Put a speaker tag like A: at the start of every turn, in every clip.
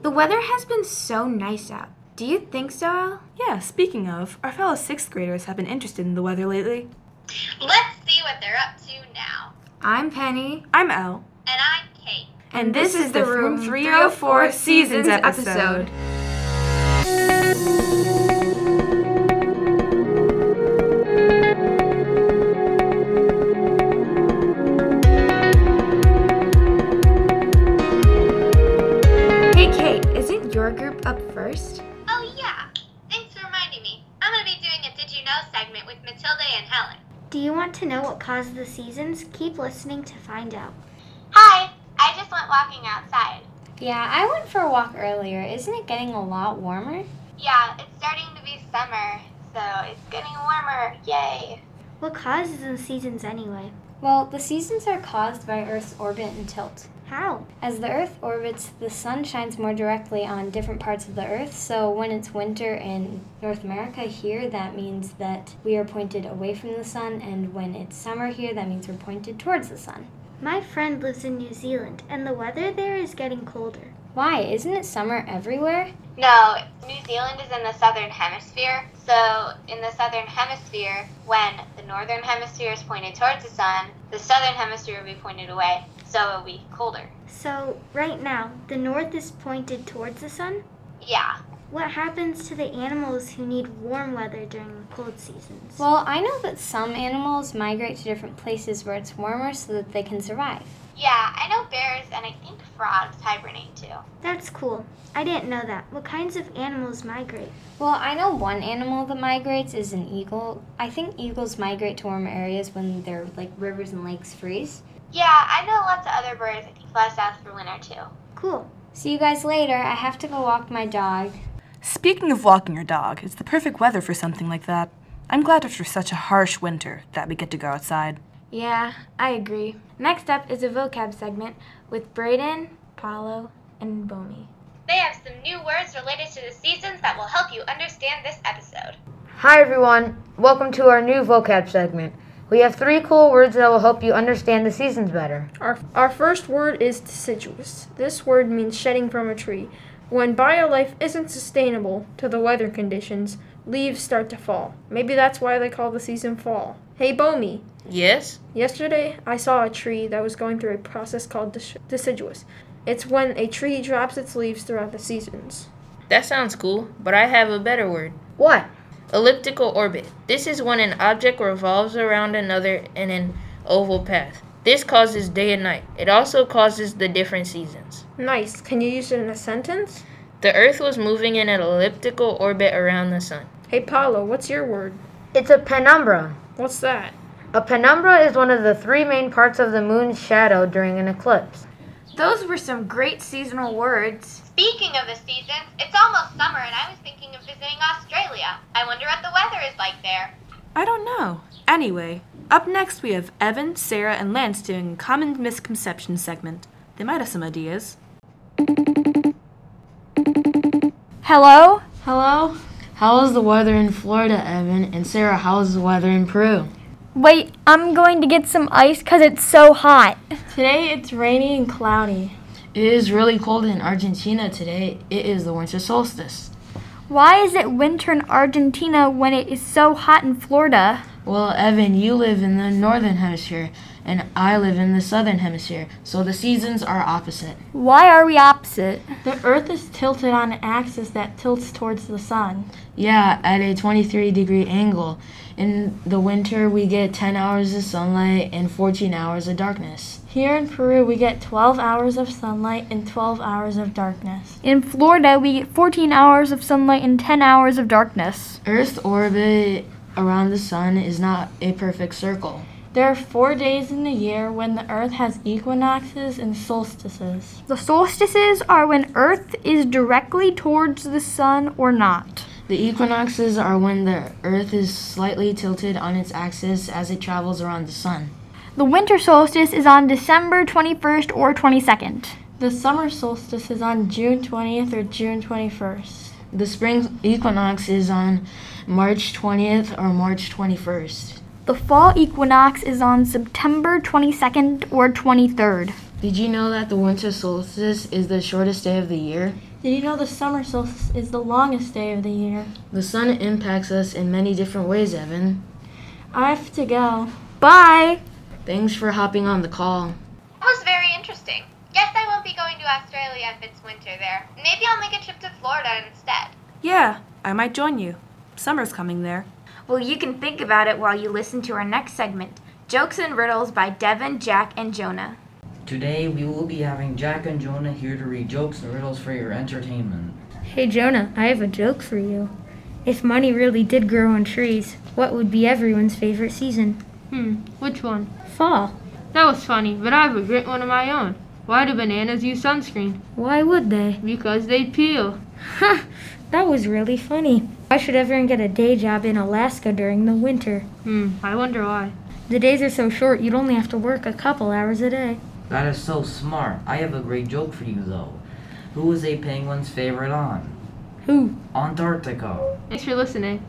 A: The weather has been so nice out. Do you think so, Elle?
B: Yeah, speaking of, our fellow sixth graders have been interested in the weather lately.
C: Let's see what they're up to now.
A: I'm Penny.
B: I'm Elle.
C: And I'm Kate.
B: And this is the Room 304 Seasons episode.
A: Hey, Kate, isn't your group up first?
C: Oh, yeah. Thanks for reminding me. I'm going to be doing a Did You Know segment with Matilda and Helen.
D: Do you want to know what caused the seasons? Keep listening to find out.
C: Hi. I just went walking outside.
E: Yeah, I went for a walk earlier. Isn't it getting a lot warmer?
C: Yeah, it's starting to be summer, so it's getting warmer. Yay.
D: What causes the seasons anyway?
E: Well, the seasons are caused by Earth's orbit and tilt.
D: How?
E: As the Earth orbits, the sun shines more directly on different parts of the Earth, so when it's winter in North America here, that means that we are pointed away from the sun, and when it's summer here, that means we're pointed towards the sun.
D: My friend lives in New Zealand, and the weather there is getting colder.
E: Why? Isn't it summer everywhere?
C: No, New Zealand is in the southern hemisphere. So, in the southern hemisphere, when the northern hemisphere is pointed towards the sun, the southern hemisphere will be pointed away, so it will be colder.
D: So, right now, the north is pointed towards the sun?
C: Yeah.
D: What happens to the animals who need warm weather during the cold seasons?
E: Well, I know that some animals migrate to different places where it's warmer so that they can survive.
C: Yeah, I know bears and I think frogs hibernate too.
D: That's cool. I didn't know that. What kinds of animals migrate?
E: Well, I know one animal that migrates is an eagle. I think eagles migrate to warmer areas when their like rivers and lakes freeze.
C: Yeah, I know lots of other birds that can fly south for winter too.
D: Cool.
E: See you guys later. I have to go walk my dog.
B: Speaking of walking your dog, it's the perfect weather for something like that. I'm glad after such a harsh winter that we get to go outside.
A: Yeah, I agree. Next up is a vocab segment with Brayden, Paolo, and Bomi.
C: They have some new words related to the seasons that will help you understand this episode.
F: Hi everyone, welcome to our new vocab segment. We have three cool words that will help you understand the seasons better.
G: Our, our first word is deciduous. This word means shedding from a tree. When biolife isn't sustainable to the weather conditions, leaves start to fall. Maybe that's why they call the season fall. Hey, Bomi.
H: Yes?
G: Yesterday, I saw a tree that was going through a process called dis- deciduous. It's when a tree drops its leaves throughout the seasons.
H: That sounds cool, but I have a better word.
F: What?
H: Elliptical orbit. This is when an object revolves around another in an oval path. This causes day and night. It also causes the different seasons.
G: Nice. Can you use it in a sentence?
H: The Earth was moving in an elliptical orbit around the Sun.
G: Hey, Paolo, what's your word?
F: It's a penumbra.
G: What's that?
F: A penumbra is one of the three main parts of the moon's shadow during an eclipse.
A: Those were some great seasonal words.
C: Speaking of the seasons, it's almost summer and I was thinking of visiting Australia. I wonder what the weather is like there.
B: I don't know. Anyway, up next we have Evan, Sarah, and Lance doing a common misconception segment. They might have some ideas.
E: Hello?
H: Hello? How is the weather in Florida, Evan? And Sarah, how is the weather in Peru?
E: Wait, I'm going to get some ice cuz it's so hot.
G: Today, it's rainy and cloudy.
H: It is really cold in Argentina today. It is the winter solstice.
I: Why is it winter in Argentina when it is so hot in Florida?
H: Well, Evan, you live in the northern hemisphere, and I live in the southern hemisphere, so the seasons are opposite.
I: Why are we opposite?
G: The Earth is tilted on an axis that tilts towards the sun.
H: Yeah, at a 23 degree angle. In the winter, we get 10 hours of sunlight and 14 hours of darkness.
G: Here in Peru, we get 12 hours of sunlight and 12 hours of darkness.
I: In Florida, we get 14 hours of sunlight and 10 hours of darkness.
H: Earth's orbit around the sun is not a perfect circle.
G: There are four days in the year when the Earth has equinoxes and solstices.
I: The solstices are when Earth is directly towards the sun or not.
H: The equinoxes are when the Earth is slightly tilted on its axis as it travels around the sun.
I: The winter solstice is on December 21st or 22nd.
G: The summer solstice is on June 20th or June 21st.
H: The spring equinox is on March 20th or March 21st.
I: The fall equinox is on September 22nd or 23rd.
H: Did you know that the winter solstice is the shortest day of the year?
J: Did you know the summer solstice is the longest day of the year?
K: The sun impacts us in many different ways, Evan.
J: I have to go.
I: Bye!
K: Thanks for hopping on the call.
C: That was very interesting. Guess I won't be going to Australia if it's winter there. Maybe I'll make a trip to Florida instead.
B: Yeah, I might join you. Summer's coming there.
A: Well, you can think about it while you listen to our next segment Jokes and Riddles by Devin, Jack, and Jonah.
L: Today we will be having Jack and Jonah here to read jokes and riddles for your entertainment.
M: Hey Jonah, I have a joke for you. If money really did grow on trees, what would be everyone's favorite season?
N: Hmm, which one?
M: Fall.
N: That was funny, but I have a great one of my own. Why do bananas use sunscreen?
M: Why would they?
N: Because they peel.
M: Ha! That was really funny. Why should everyone get a day job in Alaska during the winter?
N: Hmm, I wonder why.
M: The days are so short, you'd only have to work a couple hours a day.
L: That is so smart. I have a great joke for you though. Who is a penguin's favorite on?
M: Who?
L: Antarctica.
N: Thanks for listening.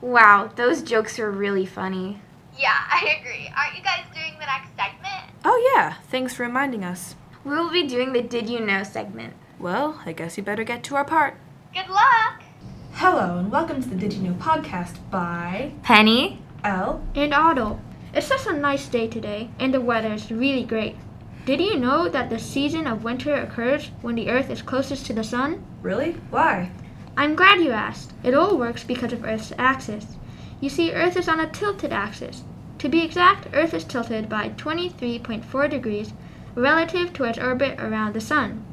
A: Wow, those jokes were really funny.
C: Yeah, I agree. Aren't you guys doing the next segment?
B: Oh, yeah, thanks for reminding us.
A: We will be doing the Did You Know segment.
B: Well, I guess we better get to our part.
C: Good luck!
B: Hello, and welcome to the Did You Know podcast by
A: Penny,
B: Elle,
J: And Otto.
O: It's such a nice day today, and the weather is really great. Did you know that the season of winter occurs when the Earth is closest to the Sun?
B: Really? Why?
O: I'm glad you asked. It all works because of Earth's axis. You see, Earth is on a tilted axis. To be exact, Earth is tilted by 23.4 degrees relative to its orbit around the Sun.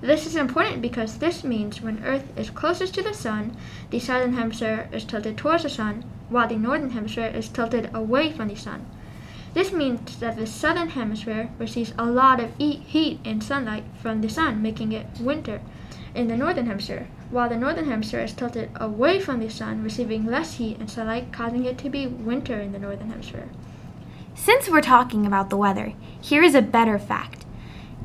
O: This is important because this means when Earth is closest to the Sun, the southern hemisphere is tilted towards the Sun, while the northern hemisphere is tilted away from the Sun. This means that the southern hemisphere receives a lot of e- heat and sunlight from the sun, making it winter in the northern hemisphere, while the northern hemisphere is tilted away from the sun, receiving less heat and sunlight, causing it to be winter in the northern hemisphere.
A: Since we're talking about the weather, here is a better fact.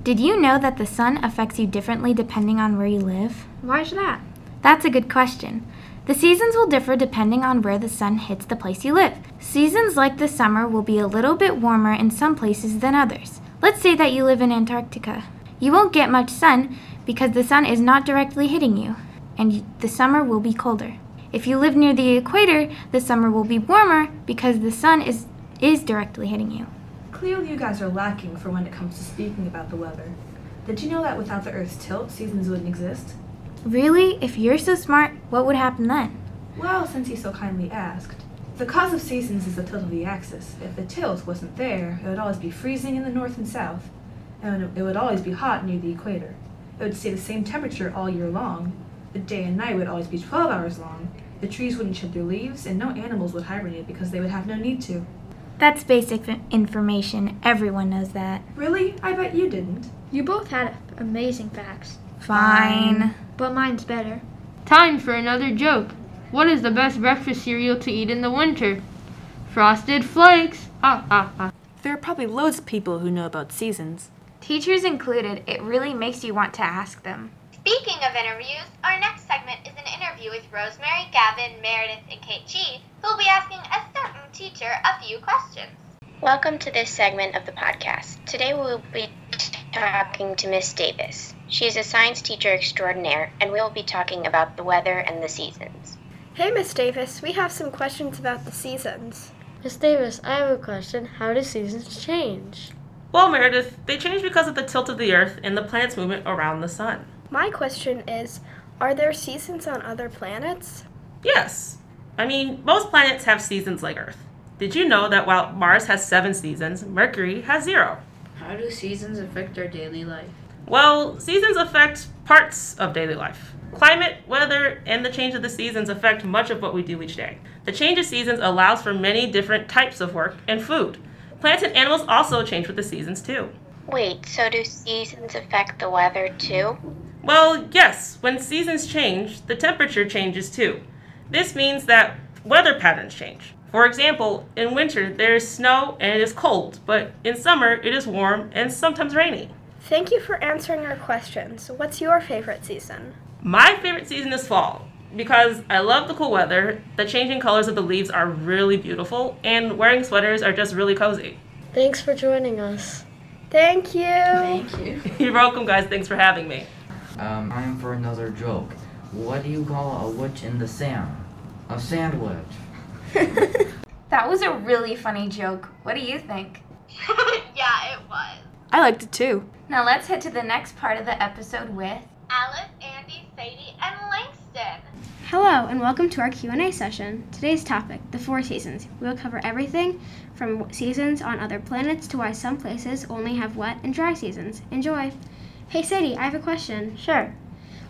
A: Did you know that the sun affects you differently depending on where you live?
O: Why is that?
A: That's a good question. The seasons will differ depending on where the sun hits the place you live. Seasons like the summer will be a little bit warmer in some places than others. Let's say that you live in Antarctica. You won't get much sun because the sun is not directly hitting you, and y- the summer will be colder. If you live near the equator, the summer will be warmer because the sun is, is directly hitting you.
P: Clearly, you guys are lacking for when it comes to speaking about the weather. Did you know that without the Earth's tilt, seasons wouldn't exist?
A: Really? If you're so smart, what would happen then?
P: Well, since you so kindly asked, the cause of seasons is the tilt of the axis. If the tilt wasn't there, it would always be freezing in the north and south, and it would always be hot near the equator. It would stay the same temperature all year long. The day and night would always be 12 hours long. The trees wouldn't shed their leaves, and no animals would hibernate because they would have no need to.
A: That's basic f- information. Everyone knows that.
P: Really? I bet you didn't.
O: You both had amazing facts,
A: Fine.
O: but mine's better.
N: Time for another joke. What is the best breakfast cereal to eat in the winter? Frosted Flakes. Ah, ah, ah.
B: There are probably loads of people who know about seasons.
A: Teachers included, it really makes you want to ask them.
C: Speaking of interviews, our next segment is an interview with Rosemary, Gavin, Meredith, and Kate G, who will be asking a certain teacher a few questions.
Q: Welcome to this segment of the podcast. Today we'll be talking to Miss Davis. She is a science teacher extraordinaire, and we will be talking about the weather and the seasons.
R: Hey, Miss Davis, we have some questions about the seasons.
J: Miss Davis, I have a question. How do seasons change?
S: Well, Meredith, they change because of the tilt of the Earth and the planet's movement around the Sun.
R: My question is Are there seasons on other planets?
S: Yes. I mean, most planets have seasons like Earth. Did you know that while Mars has seven seasons, Mercury has zero?
K: How do seasons affect our daily life?
S: Well, seasons affect parts of daily life. Climate, weather, and the change of the seasons affect much of what we do each day. The change of seasons allows for many different types of work and food. Plants and animals also change with the seasons, too.
Q: Wait, so do seasons affect the weather too?
S: Well, Oh, yes, when seasons change, the temperature changes too. This means that weather patterns change. For example, in winter there is snow and it is cold, but in summer it is warm and sometimes rainy.
R: Thank you for answering our questions. What's your favorite season?
S: My favorite season is fall because I love the cool weather, the changing colors of the leaves are really beautiful, and wearing sweaters are just really cozy.
J: Thanks for joining us.
R: Thank you.
J: Thank you.
S: You're welcome, guys. Thanks for having me.
L: Um, time for another joke. What do you call a witch in the sand? A sandwich.
T: That was a really funny joke. What do you think?
C: yeah, it was.
B: I liked it too.
T: Now let's head to the next part of the episode with
C: Alice, Andy, Sadie, and Langston.
U: Hello and welcome to our Q&A session. Today's topic, the four seasons. We'll cover everything from seasons on other planets to why some places only have wet and dry seasons. Enjoy. Hey Sadie, I have a question.
V: Sure.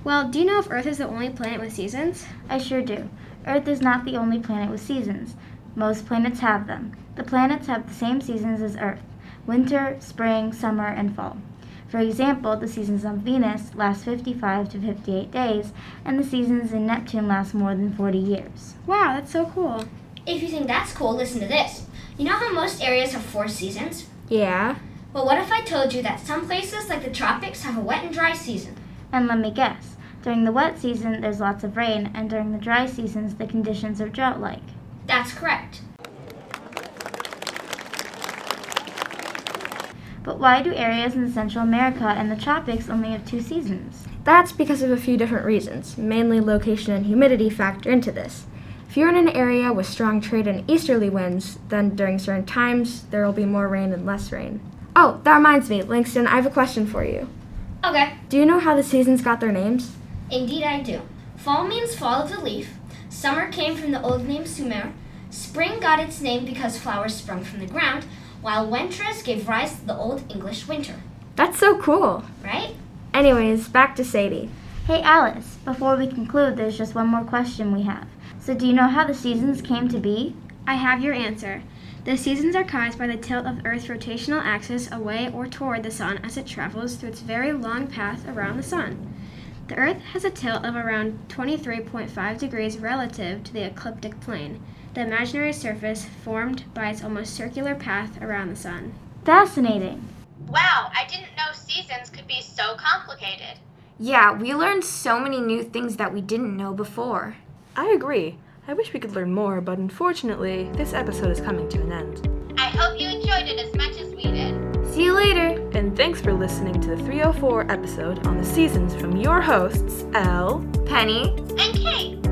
U: Well, do you know if Earth is the only planet with seasons?
V: I sure do. Earth is not the only planet with seasons. Most planets have them. The planets have the same seasons as Earth winter, spring, summer, and fall. For example, the seasons on Venus last 55 to 58 days, and the seasons in Neptune last more than 40 years.
U: Wow, that's so cool.
W: If you think that's cool, listen to this. You know how most areas have four seasons?
U: Yeah.
W: Well, what if I told you that some places, like the tropics, have a wet and dry season?
V: And let me guess during the wet season, there's lots of rain, and during the dry seasons, the conditions are drought like.
W: That's correct.
V: But why do areas in Central America and the tropics only have two seasons?
X: That's because of a few different reasons. Mainly location and humidity factor into this. If you're in an area with strong trade and easterly winds, then during certain times there will be more rain and less rain. Oh, that reminds me, Langston, I have a question for you.
W: Okay,
X: Do you know how the seasons got their names?
W: indeed I do. Fall means fall of the leaf, summer came from the old name Sumer, spring got its name because flowers sprung from the ground, while winters gave rise to the Old English winter,
X: That's so cool.
W: right?
X: Anyways, back to Sadie.
V: Hey Alice, before we conclude, there's just one more question we have. So, do you know how the seasons came to be?
U: I have your answer. The seasons are caused by the tilt of Earth's rotational axis away or toward the sun as it travels through its very long path around the sun. The Earth has a tilt of around 23.5 degrees relative to the ecliptic plane, the imaginary surface formed by its almost circular path around the sun.
V: Fascinating.
C: Wow, I didn't know seasons could be so complicated.
A: Yeah, we learned so many new things that we didn't know before.
B: I agree. I wish we could learn more, but unfortunately, this episode is coming to an end.
C: I hope you enjoyed it as much as we did.
A: See you later.
B: And thanks for listening to the 304 episode on the seasons from your hosts, Elle
A: Penny
C: And Kate,